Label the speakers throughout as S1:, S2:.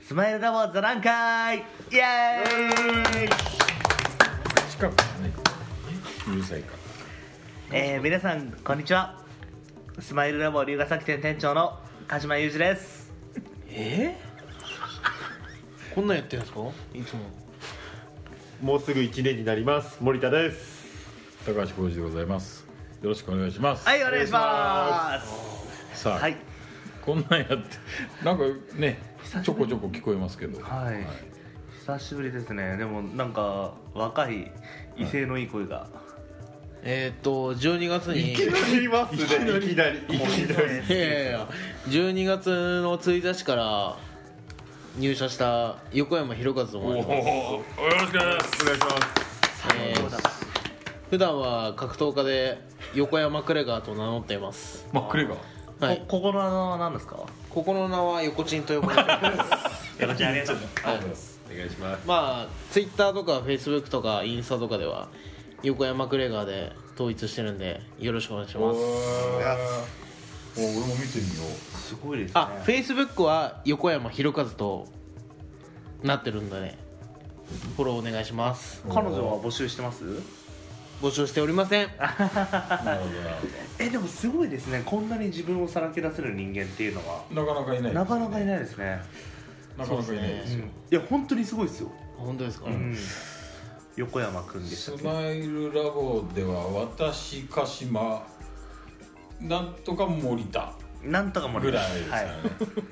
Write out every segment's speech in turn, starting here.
S1: スマイルラボ座談会イエーイ
S2: 近くはねうるさいか
S1: えー、皆さんこんにちはスマイルラボ龍ヶ崎店店長の鹿島裕二です
S3: えー、こんなんやってるんですかいつも
S4: もうすぐ1年になります森田です
S2: 高橋浩二でございますよろしくお願いします、
S1: はいお願いします
S2: さあ、
S1: はい
S2: こんなんやってなんかねちょこちょこ聞こえますけど、
S1: はい、久しぶりですねでもなんか若い威勢のいい声が、
S3: えーっと12月に
S4: いきますねいきなりいきなり
S3: いやいやいや12月の1日から入社した横山博和と申します、
S2: おおよろしくお願いします
S4: お願いします
S3: えー普段は格闘家で横山クレガーと名乗っています
S2: まあクレガー
S3: はい
S1: こここのあの何ですか
S3: ここの名は横ちんと呼ばれてます
S1: よろしくお願いします
S3: はい
S4: お願いします
S3: まあツイッターとかフェイスブックとかインスタとかでは横山クレガーで統一してるんでよろしくお願いしま
S2: お
S3: す
S2: 俺も見てみよ
S1: すごいですね
S3: あフェイスブックは横山ひろかずとなってるんだねフォローお願いします
S1: 彼女は募集してます
S3: 募集しておりません
S2: うなるほどなる
S1: えでもすごいですねこんなに自分をさらけ出せる人間っていうのは
S2: ほどなかなかいない
S1: なかなかいないですね、
S2: なかなかいないですよ
S1: いや本当にすごいですよ、
S3: 本当ですか、
S1: うん、横山くんでし
S2: ス
S1: たっけ
S2: マイルラボでは私鹿島なんとか森田
S1: なんとかもら
S2: ぐ
S1: え
S2: ら
S1: ま
S2: いです
S1: す
S2: よね、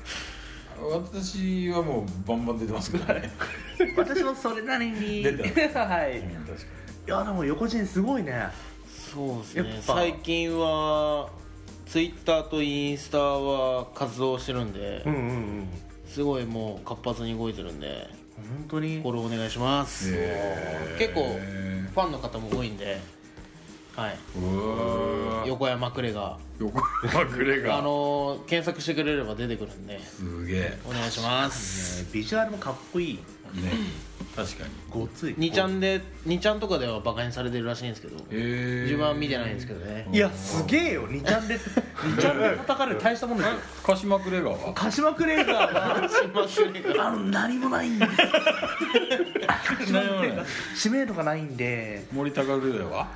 S2: 私はもうバンバン出てますからね
S1: はい、私もそれなりに
S2: 出て
S1: はい、い
S2: 確かに
S1: やでも横陣すごいね
S3: そうです
S1: や
S3: ね
S1: っぱ
S3: 最近はツイッターとインスタは活動してるんで、
S1: うんうんうん
S3: すごいもう活発に動いてるんで
S1: 本当に
S3: フォローお願いします、
S2: へー
S3: 結構ファンの方も多いんではいう
S2: わー
S3: 横山クレガ
S2: 横山くれ
S3: ー
S2: が
S3: あのー検索してくれれば出てくるんです
S2: げえね
S3: お願いします
S1: ビジュアルもかっこいい
S2: 確かに
S1: ごつい
S3: 2ちゃんで2ちゃんとかではバカにされてるらしいんですけど
S2: え
S3: 自分は見てないんですけどね
S1: いやすげえよ2ちゃん で2ちゃんで叩かれる大したもんですよ
S2: 鹿島クレガーは
S1: 鹿島クレーザーはあの何もないんです鹿島クレーザー知名度がないんで
S2: 森高クレガーは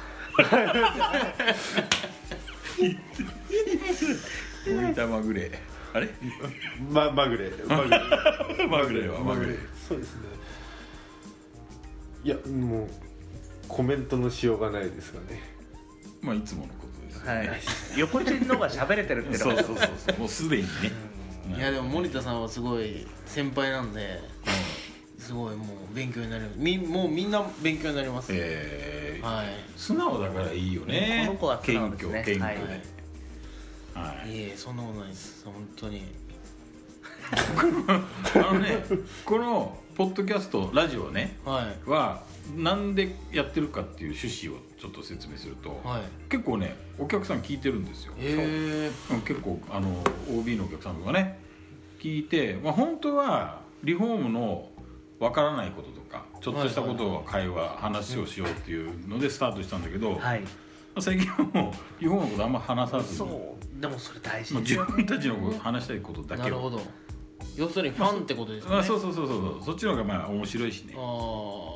S2: 森田まぐれあれ
S4: ままぐれまぐれ
S2: まぐれはまぐれ
S4: そうですねいやもうコメントのしようがないですかね
S2: まあいつものことです
S1: はい、横陣の方が喋れてるって
S2: そ
S1: の
S2: う
S1: が
S2: そうそうそうもうすでにね
S3: いやでも森田さんはすごい先輩なんですごいもう勉強になるみもうみんな勉強になります、
S2: えー
S3: はい
S2: 素直だからいいよね
S1: この子は素
S2: 謙
S1: 直
S2: 虚
S1: ですね
S2: 謙虚で
S1: はい
S2: はい
S3: いえいえそんなことないです本当に
S2: あのねこのポッドキャストラジオね
S3: はい
S2: はなんでやってるかっていう趣旨をちょっと説明すると、
S3: はい
S2: 結構ねお客さん聞いてるんですよ、
S3: え
S2: うん結構あの OB のお客さんとかね聞いて、まあ本当はリフォームのわからないこととかちょっとしたことを会話、話をしようっていうのでスタートしたんだけど、ま
S1: はい
S2: あ最近はもうリフォームのことあんま話さずにも
S1: そうでもそれ大
S2: う
S1: 事です
S2: 自
S1: よ
S2: 分たちのこと話したいこと
S3: ー、
S2: だ
S3: な
S2: け
S3: るほ
S2: を
S3: ど要するにファンってことですよね
S2: あそうそうそうそうそうそっちの方がまあ面白いしね、
S3: あ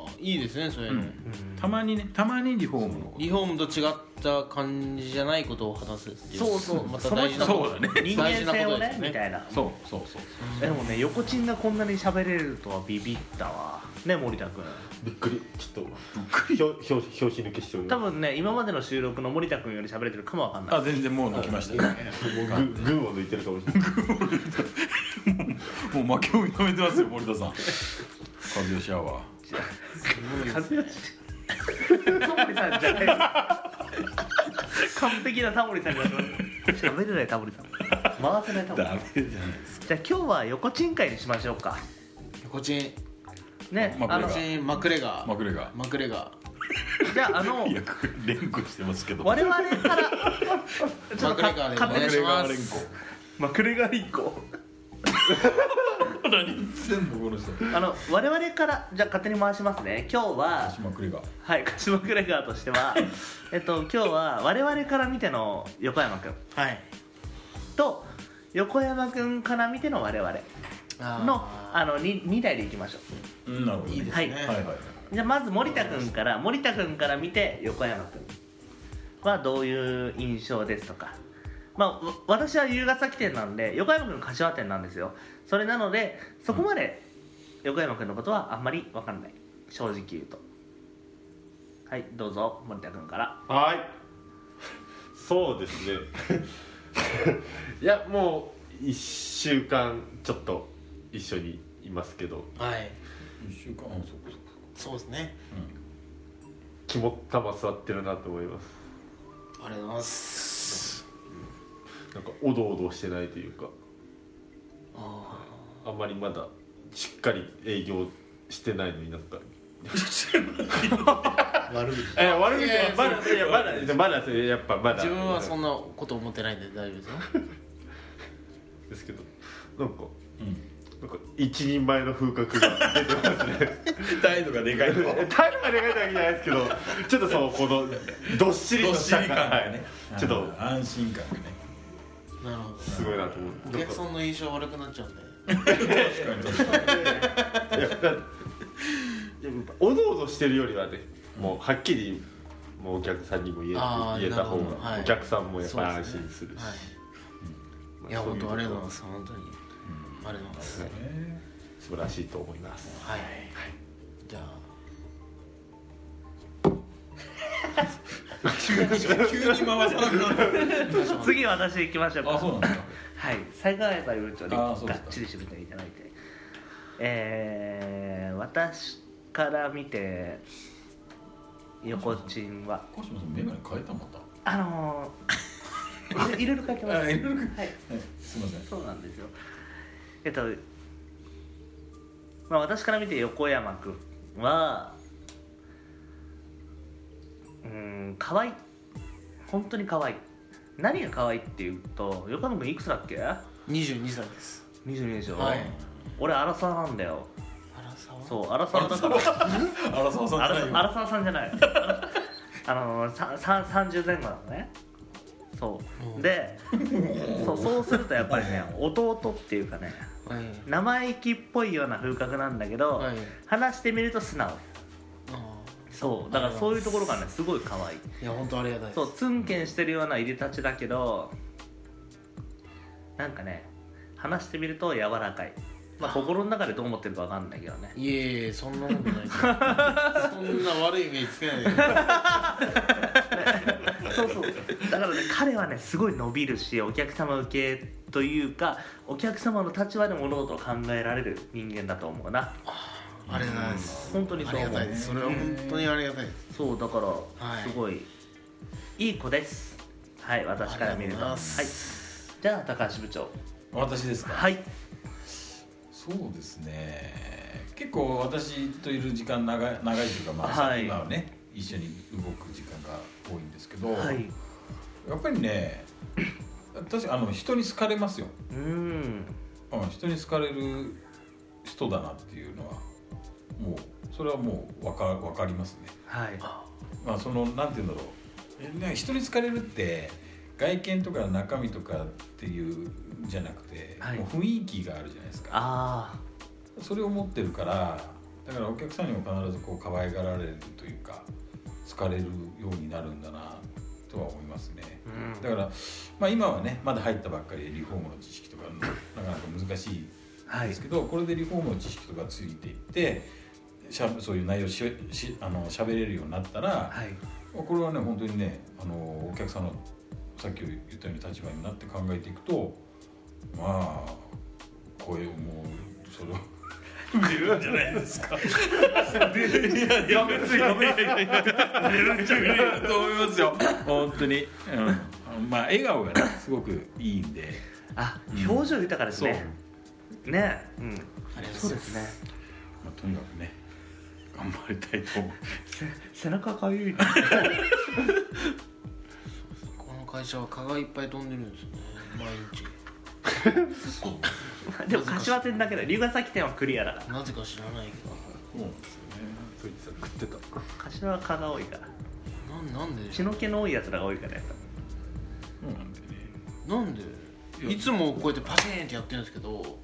S3: あいいですねそういう
S2: う
S3: の、
S2: ん、たまにねたまにリフォームのこと
S3: リフォームと違った感じじゃないことを話すってい
S1: そうそう
S3: また大事なこ
S2: そ
S3: と
S2: うだね
S1: 人間性を
S3: 大事なことで
S1: ね
S3: すね
S1: みたいな
S2: そうそうそう
S1: でもね横陣がこんなに喋れるとはビビったわね森田君
S4: びっくりちょっとひょひょ表紙抜けしており
S1: 多
S4: ま
S1: 分ね今までの収録の森田君より喋れてるかもわかんない
S2: あ全然もう抜きましたね
S4: すもう群群を抜いてるかもしれない
S2: もう負けを認めてますよ森田さん和義アワ
S1: 和義タモリさんじゃない完璧なタモリさんが喋れないタモリさん回せないタモ
S2: ー
S1: リさ
S2: ダ
S1: ん
S2: メじゃないですか
S1: じゃあ今日は横賃会にしましょうか
S3: こっち
S1: ね
S2: まあ
S1: あ
S3: こ
S1: の
S3: っちマクレガー
S2: マクレガ
S3: マクレガ
S1: じゃああの
S2: ーいや連呼してますけど
S1: 我々から
S3: ーマクレガーでお
S1: 勝手
S3: 願
S1: に
S3: いしま
S2: マクレガ
S1: まくれが
S2: ー
S3: す
S1: 一個
S2: 連呼全部この人
S1: あの我々からじゃあ勝手に回しますね今日は
S2: マクレガー
S1: はい鹿島クレガーとしてはえっと今日は我々から見ての横山君
S3: はい
S1: と横山君から見ての我々のあの 2, 2台でいきましょ
S2: うんなるほど
S3: いいです
S1: はい
S3: ね、
S2: はいはいはい
S1: じゃあまず森田君から森田君から見て横山君はどういう印象ですとかまあわ私は龍ヶ崎店なんで横山君柏店なんですよそれなのでそこまで横山君のことはあんまり分かんない正直言うとはいどうぞ森田君から
S4: はいそうです ねいやもう1週間ちょっと一緒にいますけど
S3: はい
S2: 一週間あそこそこ
S3: そうですね
S4: 肝っ玉座ってるなと思います
S3: ありがとうございます
S4: なんかおどおどしてないというか
S3: あ
S4: あんまりまだしっかり営業してないのに なんか
S3: あ悪口
S4: え悪口
S3: いやいや
S4: はまだいやまだまだやっぱまだ
S3: 自分はそんなこと思ってないんで大丈夫ですよ
S4: ですけどなんか
S2: うん
S4: なんか一人前の風格が 出てますね
S2: 態度がでかいと
S4: 態度がでかいだけじゃないですけどちょっとそうこのどっしり
S2: ど
S4: と
S2: っ
S4: し
S2: しり感
S4: た感
S2: が
S4: が
S2: ね
S4: ねちょっと
S2: あの安心感がね
S3: なるほど
S4: すごいなと思って
S3: お客さんの印象悪くなっちゃうんで
S2: 確かに
S4: いやだやっぱおどおどしてるよりはねもうはっきりもうお客さんにも言え
S3: あー
S4: 言えた方
S3: なるほどは
S4: が
S3: い
S4: お客さんもやっぱり安
S3: そうですね
S4: 心するし
S3: はい
S4: まあ
S3: いや
S4: そう
S3: 本
S4: う
S3: 当ありがと
S4: と
S3: うござい
S4: こ
S3: ます本当にありがとうございます
S2: ね
S4: 素晴らしいと思います
S3: はいじゃあ
S2: 急に回さなくなる
S1: 次私行きましょうか
S2: あそうなんだ
S1: はい災害バイブ長で
S2: あ
S1: が
S2: ーそうです
S1: っ
S2: か
S1: ちり締めていただいてえー、私から見て横チンは
S2: 小島さん眼鏡変えたまた
S1: あのー、 いろいろ書きます
S2: あいろいろ
S1: はい
S2: はいすいません
S1: そうなんですよえっとまあ私から見て横山君はうーん可愛い本当に可愛い何が可愛いっていうと横山君いくつだっけ
S3: 22歳です
S1: 22でしょ、
S3: はい
S1: 俺アラサーなんだよ
S3: 原沢
S1: そうアラサーだから
S2: 荒沢さんじゃ
S1: アラ
S2: ないよ
S1: アラサーさんじゃない あのささ30前後なのねそう、
S3: うん
S1: でそうそうするとやっぱりね弟っていうかね
S3: はい
S1: 生意気っぽいような風格なんだけど、
S3: はい
S1: 話してみると素直
S3: あ
S1: そうだからそういうところがねすごい可愛い
S3: ーいや本当ありがたいです
S1: そうツンケンしてるようないでたちだけどなんかね話してみると柔らかいまあ心の中でどう思ってるかわかんないけどね
S3: いえいえそんなことないですそんな悪いイメージつけないで
S1: そうそうだからね彼はねすごい伸びるしお客様受けというかお客様の立場で物事を考えられる人間だと思うな
S3: ありがとうございます
S1: 本当に
S3: あ
S1: そう
S3: り
S1: 思
S3: が
S1: う
S3: たいですそれは本当にありがたいです
S1: そうだから
S3: はい
S1: すごい、い、い子ですはい私から見ると
S3: ありがとうござい
S1: はい
S3: ます
S1: じゃあ高橋部長
S2: 私ですか
S1: はい
S2: そうですね結構私といる時間長い長いというか、まあ
S1: はい
S2: 今はね一緒に動く時間が多いんですけど、
S1: はい
S2: やっぱりね私あの人に好かれますよ、
S1: うーん
S2: うん、人に好かれる人だなっていうのはもうそれはもうわかわかりますね
S1: はい
S2: まあそのなんて言うんだろうね人に好かれるって外見とか中身とかっていうじゃなくて、
S1: はい
S2: もう雰囲気があるじゃないですか
S1: あ
S2: それを持ってるからだからお客さんにも必ずこう可愛がられるというか好かれるようになるんだなとは思いますね
S1: あうん
S2: だから、まあ、今はねまだ入ったばっかりでリフォームの知識とかなかなか難しい
S1: は
S2: で
S1: い
S2: すけど、これでリフォームの知識とかついていってしゃそういう内容ししあの喋れるようになったら、
S1: はい
S2: これはね本当にねあのお客さんのさっき言ったように立場になって考えていくとまあ声をもうそれを出るんじゃないですか。いや別に出るんじゃないと思いますよ。本当に、うん、まあ笑顔がねすごくいいんで、
S1: あ
S2: うん
S1: 表情豊かです
S2: そう、
S1: ね、ねうん
S3: ありがと
S1: そ
S3: うご
S1: うで
S3: ざいます
S1: ね
S2: まあ、とにかくね頑張りたいと思う。
S1: せ背中かゆい
S3: この会社は蚊がいっぱい飛んでるんですよね
S1: でも柏店だけだ龍ヶ崎店はクリアだから
S3: 毎日なぜか知らないけ
S2: そうなんですよね。
S4: そいつは食ってた
S1: 柏は蚊が多いから
S3: どなんなんで
S1: 血の気の多いやつらが多いからやっぱ
S2: そうなんでね。
S3: なんでいつもこうやってパシーンってやってるんですけど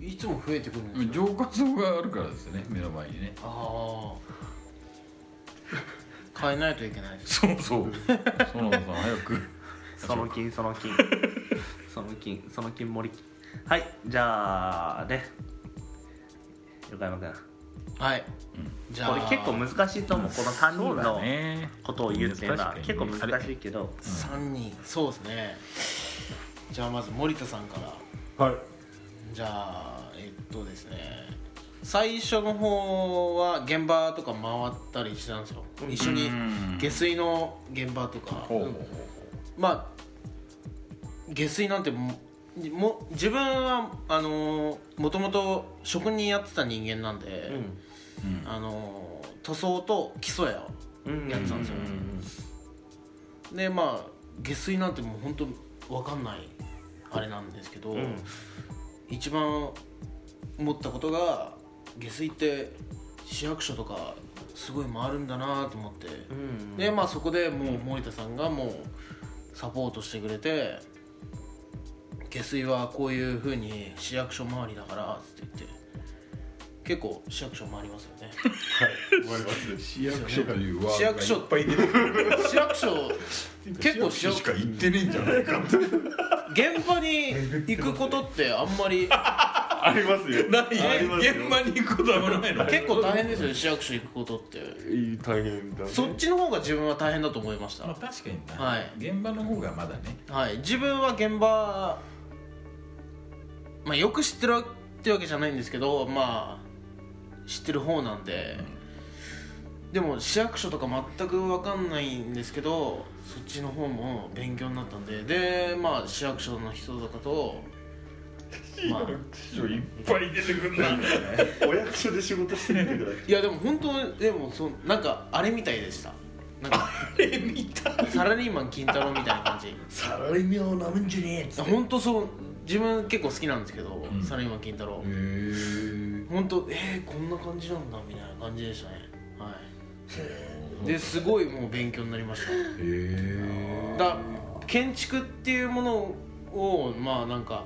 S3: いつも増えてくるんですよ
S2: 浄化層があるからですよね目の前にね
S3: ああ変えないといけないです
S2: そうそう園田さん早く
S1: その金その金その金その金森金はいじゃあね横山君
S3: はい、じゃあ
S1: これ結構難しいと思うこの3人の
S2: ね
S1: ことを言うっていうのは
S2: 難しい
S1: 結
S2: ね
S1: 構難しいけど
S3: 3人そうですねじゃあまず森田さんから
S4: はい
S3: じゃあえっとですね最初の方は現場とか回ったりしたんですよ一緒に
S2: うん
S3: 下水の現場とか
S2: ほうほうほ
S3: まあ下水なんてもも自分はあのもともと職人やってた人間なんで、
S2: ううん
S3: あの塗装と基礎や
S1: うん
S3: やってたんですよ
S1: う
S3: でまあ下水なんてもう本当わかんないあれなんですけど、
S1: んうん
S3: 一番思ったことが下水って市役所とかすごい回るんだなと思って、
S1: うん
S3: でまあそこでもう森田さんがもうサポートしてくれて下水はこういうふうに市役所回りだからって言って結構市役所回りますよね
S4: 終わります
S2: 市役所というワ
S3: 市
S2: ード
S3: 役所
S2: がいっぱい出てくる
S3: 市役所結構市
S2: 市役所
S3: 役
S2: しか行ってねえんじゃないかって
S3: 現場に行くことってあんまり
S4: ありますよありますよ
S2: 現場に行くことはないの
S3: 結構大変ですよ市役所行くことって
S4: いい大変だね
S3: そっちの方が自分は大変だと思いまし
S2: まあ
S3: た
S2: 確かにな、
S3: はい
S2: 現場の方がまだね
S3: はい自分は現場まあよく知ってるってわけじゃないんですけどまあ知ってる方なんででも市役所とか全く分かんないんですけどそっちの方も勉強になったんででまあ市役所の人とかとまあ
S2: 市 役所いっぱい出てくるな
S4: お役所で仕事してるんだから
S3: いやでも本当にでもそのなんかあれみたいでしたなんか あれみたいサラリーマン金太郎みたいな感じ
S2: サラリーマンをなめんじゃねえっつ
S3: 本当そう自分結構好きなんですけど、サラリーマン金太郎
S2: へえ
S3: 本当えー、こんな感じなんだみたいな感じでしたねはいですごいもう勉強になりました
S2: へ
S3: だ建築っていうものをまあなんか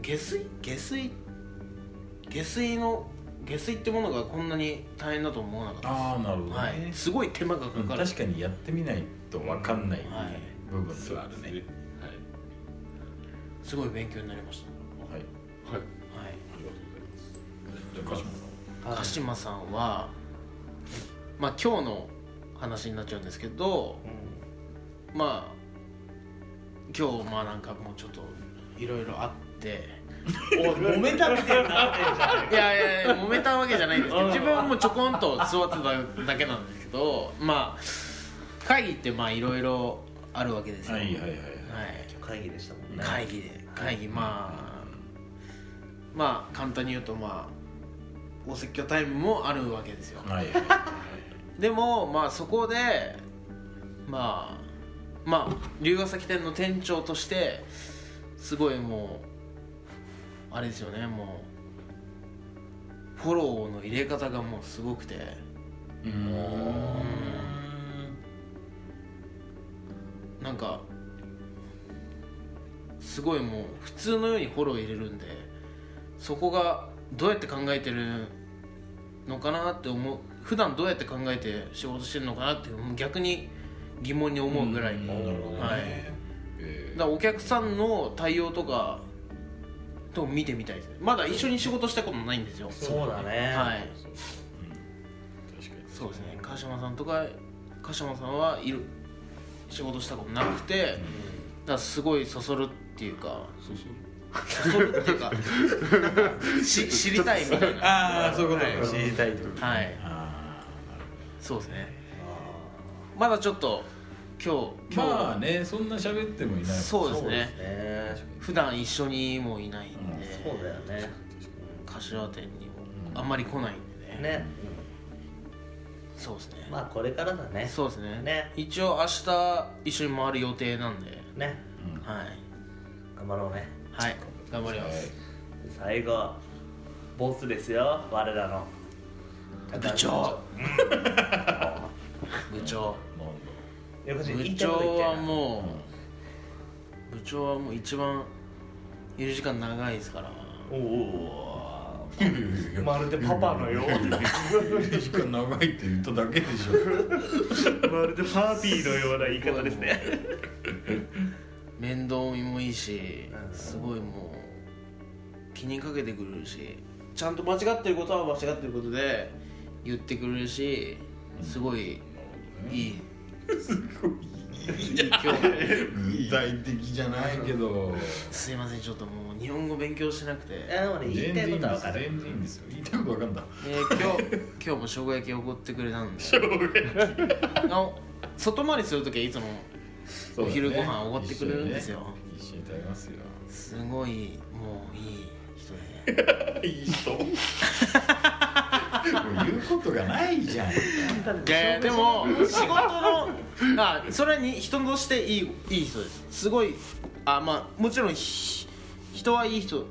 S3: 下水下水下水の下水ってものがこんなに大変だと思わなかった
S2: ああなるほどね、
S3: はい、すごい手間がか
S2: うん
S3: かる、
S2: 確かにやってみないと分かんない
S3: はい
S2: 部分ではあるね、
S3: すごい勉強になりました
S2: はい、
S4: はいはい
S3: は
S4: ありがとうございます
S2: じゃあ鹿島さん
S3: い鹿島さんはまあ今日の話になっちゃうんですけどまあ今日まあなんかもうちょっといろいろあ って
S1: おい揉めたみたいになってるじゃん
S3: いやいやいや揉めたわけじゃないんですけど自分はもうちょこんと座ってただけなんですけどまあ会議ってまあいろいろあるわけですよ
S2: はいはいはい
S3: はい
S1: 会議でしたもんね
S3: 会議で会議まあまあ簡単に言うとまあお説教タイムもあるわけですよ
S2: はいはい
S3: でもまあそこでまあまあ龍ヶ崎店の店長としてすごいもうあれですよねもうフォローの入れ方がもうすごくて
S2: うーん
S3: なんかすごいもう普通のようにフォロー入れるんでそこがどうやって考えてるのかなって思う普段どうやって考えて仕事してるのかなってもう逆に疑問に思うぐらい、
S2: うんな
S3: はい、
S2: るほどね、
S3: だからお客さんの対応とかと見てみたいですねまだ一緒に仕事したことないんですよ
S1: そうだね
S3: はい
S2: 確かに
S3: そうですね鹿島さんとか鹿島さんはいる仕事したことなくて、だからすごいそそるっていうか
S2: そうそう
S3: そそるっていうかなんかし知りたいみたいな
S2: ああそういうことか、
S3: はい
S2: 知りたいとか
S3: はい
S2: あ
S3: そうですねまだちょっと今
S2: ー
S3: 日今日、
S2: まあねそんな喋ってもいないもん
S3: そうです
S1: そう
S3: ね
S1: ですね
S3: 普段一緒にもいないんで、
S1: そうだよね
S3: 柏店にもあんまり来ないんでね
S1: ね
S3: そうですね、
S1: まあこれからだね
S3: そうですね
S1: ね
S3: 一応明日一緒に回る予定なんで
S1: ね
S3: はい
S1: 頑張ろうね
S3: はい頑張ります、
S1: 最後ボスですよ我らの
S3: 部長部
S2: なん
S3: 長
S2: だ
S1: 横地
S3: 部
S1: いい
S3: 長
S1: とこ言って
S3: は
S1: う
S3: もう部長はもう一番いる時間長いですから
S1: おお
S2: いやいやい や
S5: まるでパパのような
S2: 言い方長いって言っただけでしょ
S1: まるでパーティーのような言い方ですね
S3: 面倒見もいいしすごいもう気にかけてくれるしちゃんと間違ってることは間違ってることで言ってくれるしすごいいい今日
S2: 具体的じゃないけど
S3: すいませんちょっともう日本語勉強してなくて、
S1: い
S3: え
S1: やでもね言いたいことは分かる
S2: 全然いいんですよ言いたいことわかんだ
S3: ー今日 今日も生姜焼きおごってくれたんで生姜焼き外回りする時はいつもお昼ご飯おごってくれるんですよ
S2: 一緒にね一緒に食べますよ
S3: すごいもういい人で
S4: いい人
S2: もう言うことがないじゃん
S3: いやいやでも仕事のあそれに人としていいいい人ですすごいあまあもちろんひ人はいい人も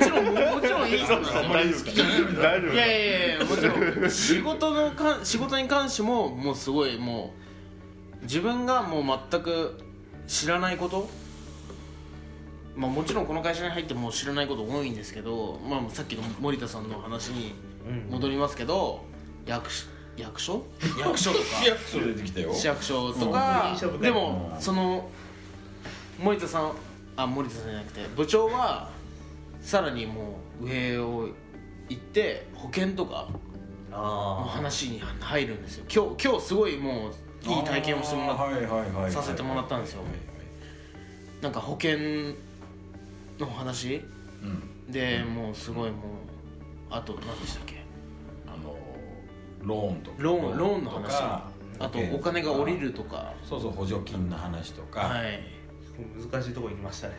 S3: ちろんもちろんいい人なんですよ
S4: 大丈夫か大丈夫
S3: いやいやいやもちろん仕事のかん仕事に関してももうすごいもう自分がもう全く知らないことまあもちろんこの会社に入ってもう知らないこと多いんですけど、まあ、さっきの森田さんの話に戻りますけど、役所役所役所とか
S2: 市役所出てきたよ
S3: 市役所とか、
S1: うん
S3: でも、
S2: うん
S3: その森田さんあ森田さんじゃなくて部長はさらにもう上を行って保険とかの
S1: あ
S3: 話に入るんですよ今日今日すごいもういい体験をしてもらっ
S2: あーはいはいはいはい
S3: させてもらったんですよ
S2: はいはい
S3: なんか保険の話
S2: うん
S3: でもうすごいもうあと何でしたっけ
S2: あのローンとか
S3: ローンローンの
S2: と
S3: 話
S2: か
S3: あとお金が降りるとか
S2: そうそう補助金の話とか、
S3: はい
S1: ー難しいとこ行きましたね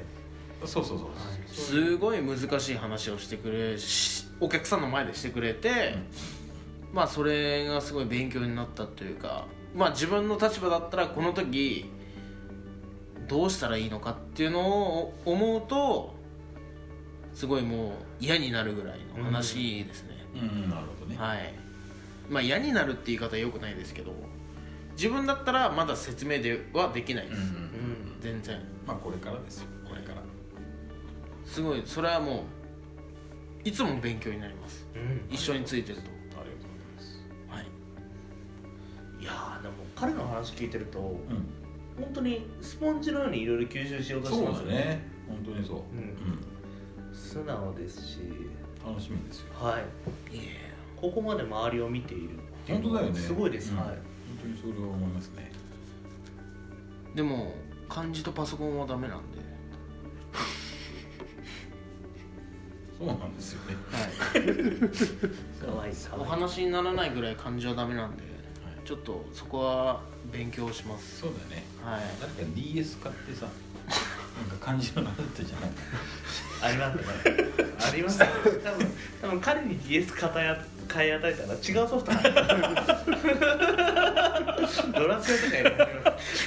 S2: そうそうそう、
S3: すごい難しい話をしてくれしお客さんの前でしてくれて、まあそれがすごい勉強になったというかまあ自分の立場だったらこの時どうしたらいいのかっていうのを思うとすごいもう嫌になるぐらいの話ですね、
S2: うんなるほどね、
S3: はいまあ嫌になるって言い方はよくないですけど自分だったらまだ説明ではできないで
S2: うん
S1: う
S2: う、
S3: す、
S1: んん
S3: 全然
S2: まあこれからですよこれから
S3: すごいそれはもういつも勉強になります
S1: うん
S3: 一緒についてると
S2: ありがとうございます
S3: はい
S1: いやーでも彼の話聞いてると
S2: うん
S1: 本当にスポンジのようにいろいろ吸収しようとし
S2: そう
S1: てます
S2: だ
S1: よ
S2: ね本当にそう、
S1: う
S2: うん
S1: 素直ですし
S2: 楽しみですよ
S1: はい
S3: いえ
S1: ここまで周りを見ているっていうのは
S2: 本当だよね
S1: すごいです、
S2: うん
S1: はい
S2: 本当にそれは思いますね
S3: でも漢字とパソコンはダメなんで
S2: そうなんですよね
S3: はい
S1: かわいいか
S3: お
S1: わいい
S3: 話にならないぐらい漢字はダメなんで、
S2: い
S3: ちょっとそこは勉強します
S2: そうだね
S3: はい
S2: 誰か DS 買って さなんか感じのなかったじゃない
S1: ありますねありますね多分多分彼に DS 型や買い与えたら違うソフト入 るドラクエとかやる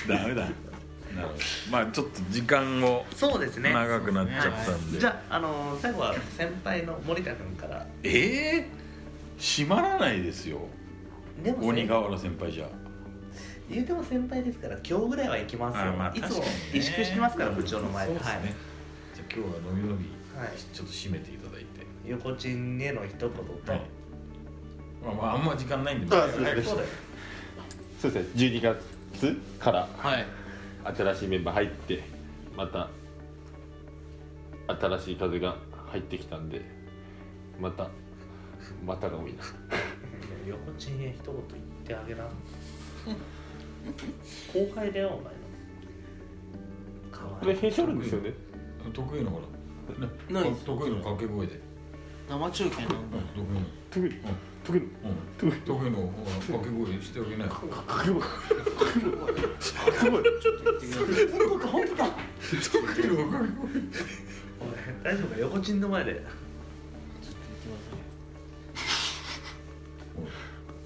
S2: ダメだなるほどまあちょっと時間を
S1: そうですね
S2: 長くなっちゃったんで
S1: じゃあ、あのー最後は先輩の森田君から
S2: ええ閉まらないですよ
S1: でも
S2: 鬼
S1: 先
S2: 瓦先輩じゃ
S1: 言うても先輩ですから今日ぐらいは行きますよ、いつも萎縮してますから部長の前
S2: で
S1: で、
S2: そうですね、
S1: はい
S2: じゃあ今日はのびのび
S1: はい
S2: ちょっと締めていただいて
S1: 横ちんへの一言と、
S2: はいまあ、まあ、あんま時間ないんで
S4: あそうですね
S2: はい
S1: そうだよ
S4: そうですね12月から
S3: はい
S4: 新しいメンバー入ってまた新しい風が入ってきたんでまたまたが多いな
S1: 横ちんへ一言言ってあげな後輩だよお前のかわ
S4: こ
S1: い
S4: れ
S1: い
S4: 編集あるんですよね
S2: 得意のほらね
S3: ない
S2: 得意の掛け声で、
S3: 生中継なん
S2: う
S3: で
S2: ん、得 意の
S4: 特に特に
S2: うん、得意のほら掛け声してあげなよ
S4: かけ声
S2: 得意の掛け声
S1: おい大丈夫か横ちんの前で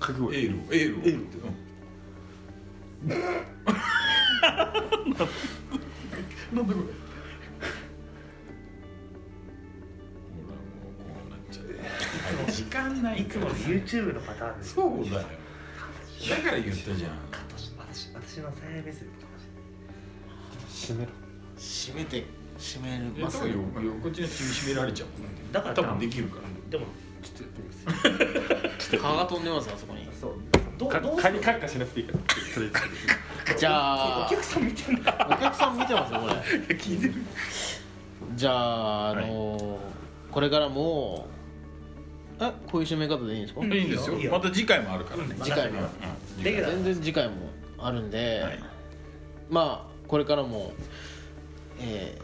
S4: か
S2: エー
S4: け声
S2: ルをエールを
S4: エール
S2: うんなんだこれほらもうこうなっちゃう時間ない
S1: いつもの YouTube のパターンです
S2: そうだよだから言ったじゃん
S1: 私私私の再生ミス
S4: 閉めろ
S3: 締めて閉める
S2: え
S3: ます
S2: 多分横横地に締められちゃうもんね
S1: だから
S2: 多分できるから
S1: でも
S4: ちょっとやってみます
S3: 蚊が飛んでますあそこに
S1: そうどう
S4: か
S1: どう
S4: カニカッカしなくていいからそれ
S3: じゃ
S1: お
S3: あ
S1: 客さん見てんだ
S3: お客さん見てますよこれ
S1: 聞いてる
S3: じゃあ、あのーこれからもえこういう締め方でいいんですか、
S1: うん
S2: いいんですよ
S1: いいよ
S2: また次回もあるからね、
S1: うん
S3: 次回も
S2: うん
S1: レギュラー
S3: 全然次回もあるんで、
S2: はい
S3: まあこれからもえ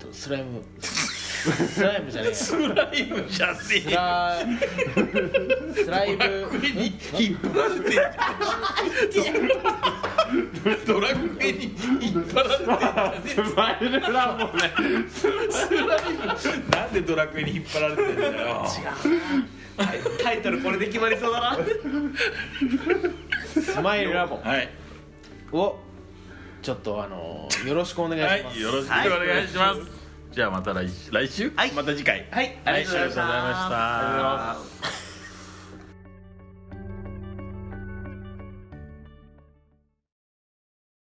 S3: ー、っとスライム スライムじゃねえやス
S2: ライブじゃね
S3: ラスライム
S2: 引っ張られてドラクエに引っ張られて
S4: スマイルラボね
S2: なんでドラクエに引っ張られてんだよ
S1: タイトルこれで決まりそうだな
S3: スマイルラボ
S2: はい、
S3: をちょっとあのーよろしくお願いしま
S2: は
S3: す、
S2: い、よろしくお願いします、じゃあまた来来週、
S1: はい
S2: また次回
S1: はいありがとうございました
S2: ありがとうございました
S1: ありがとうございます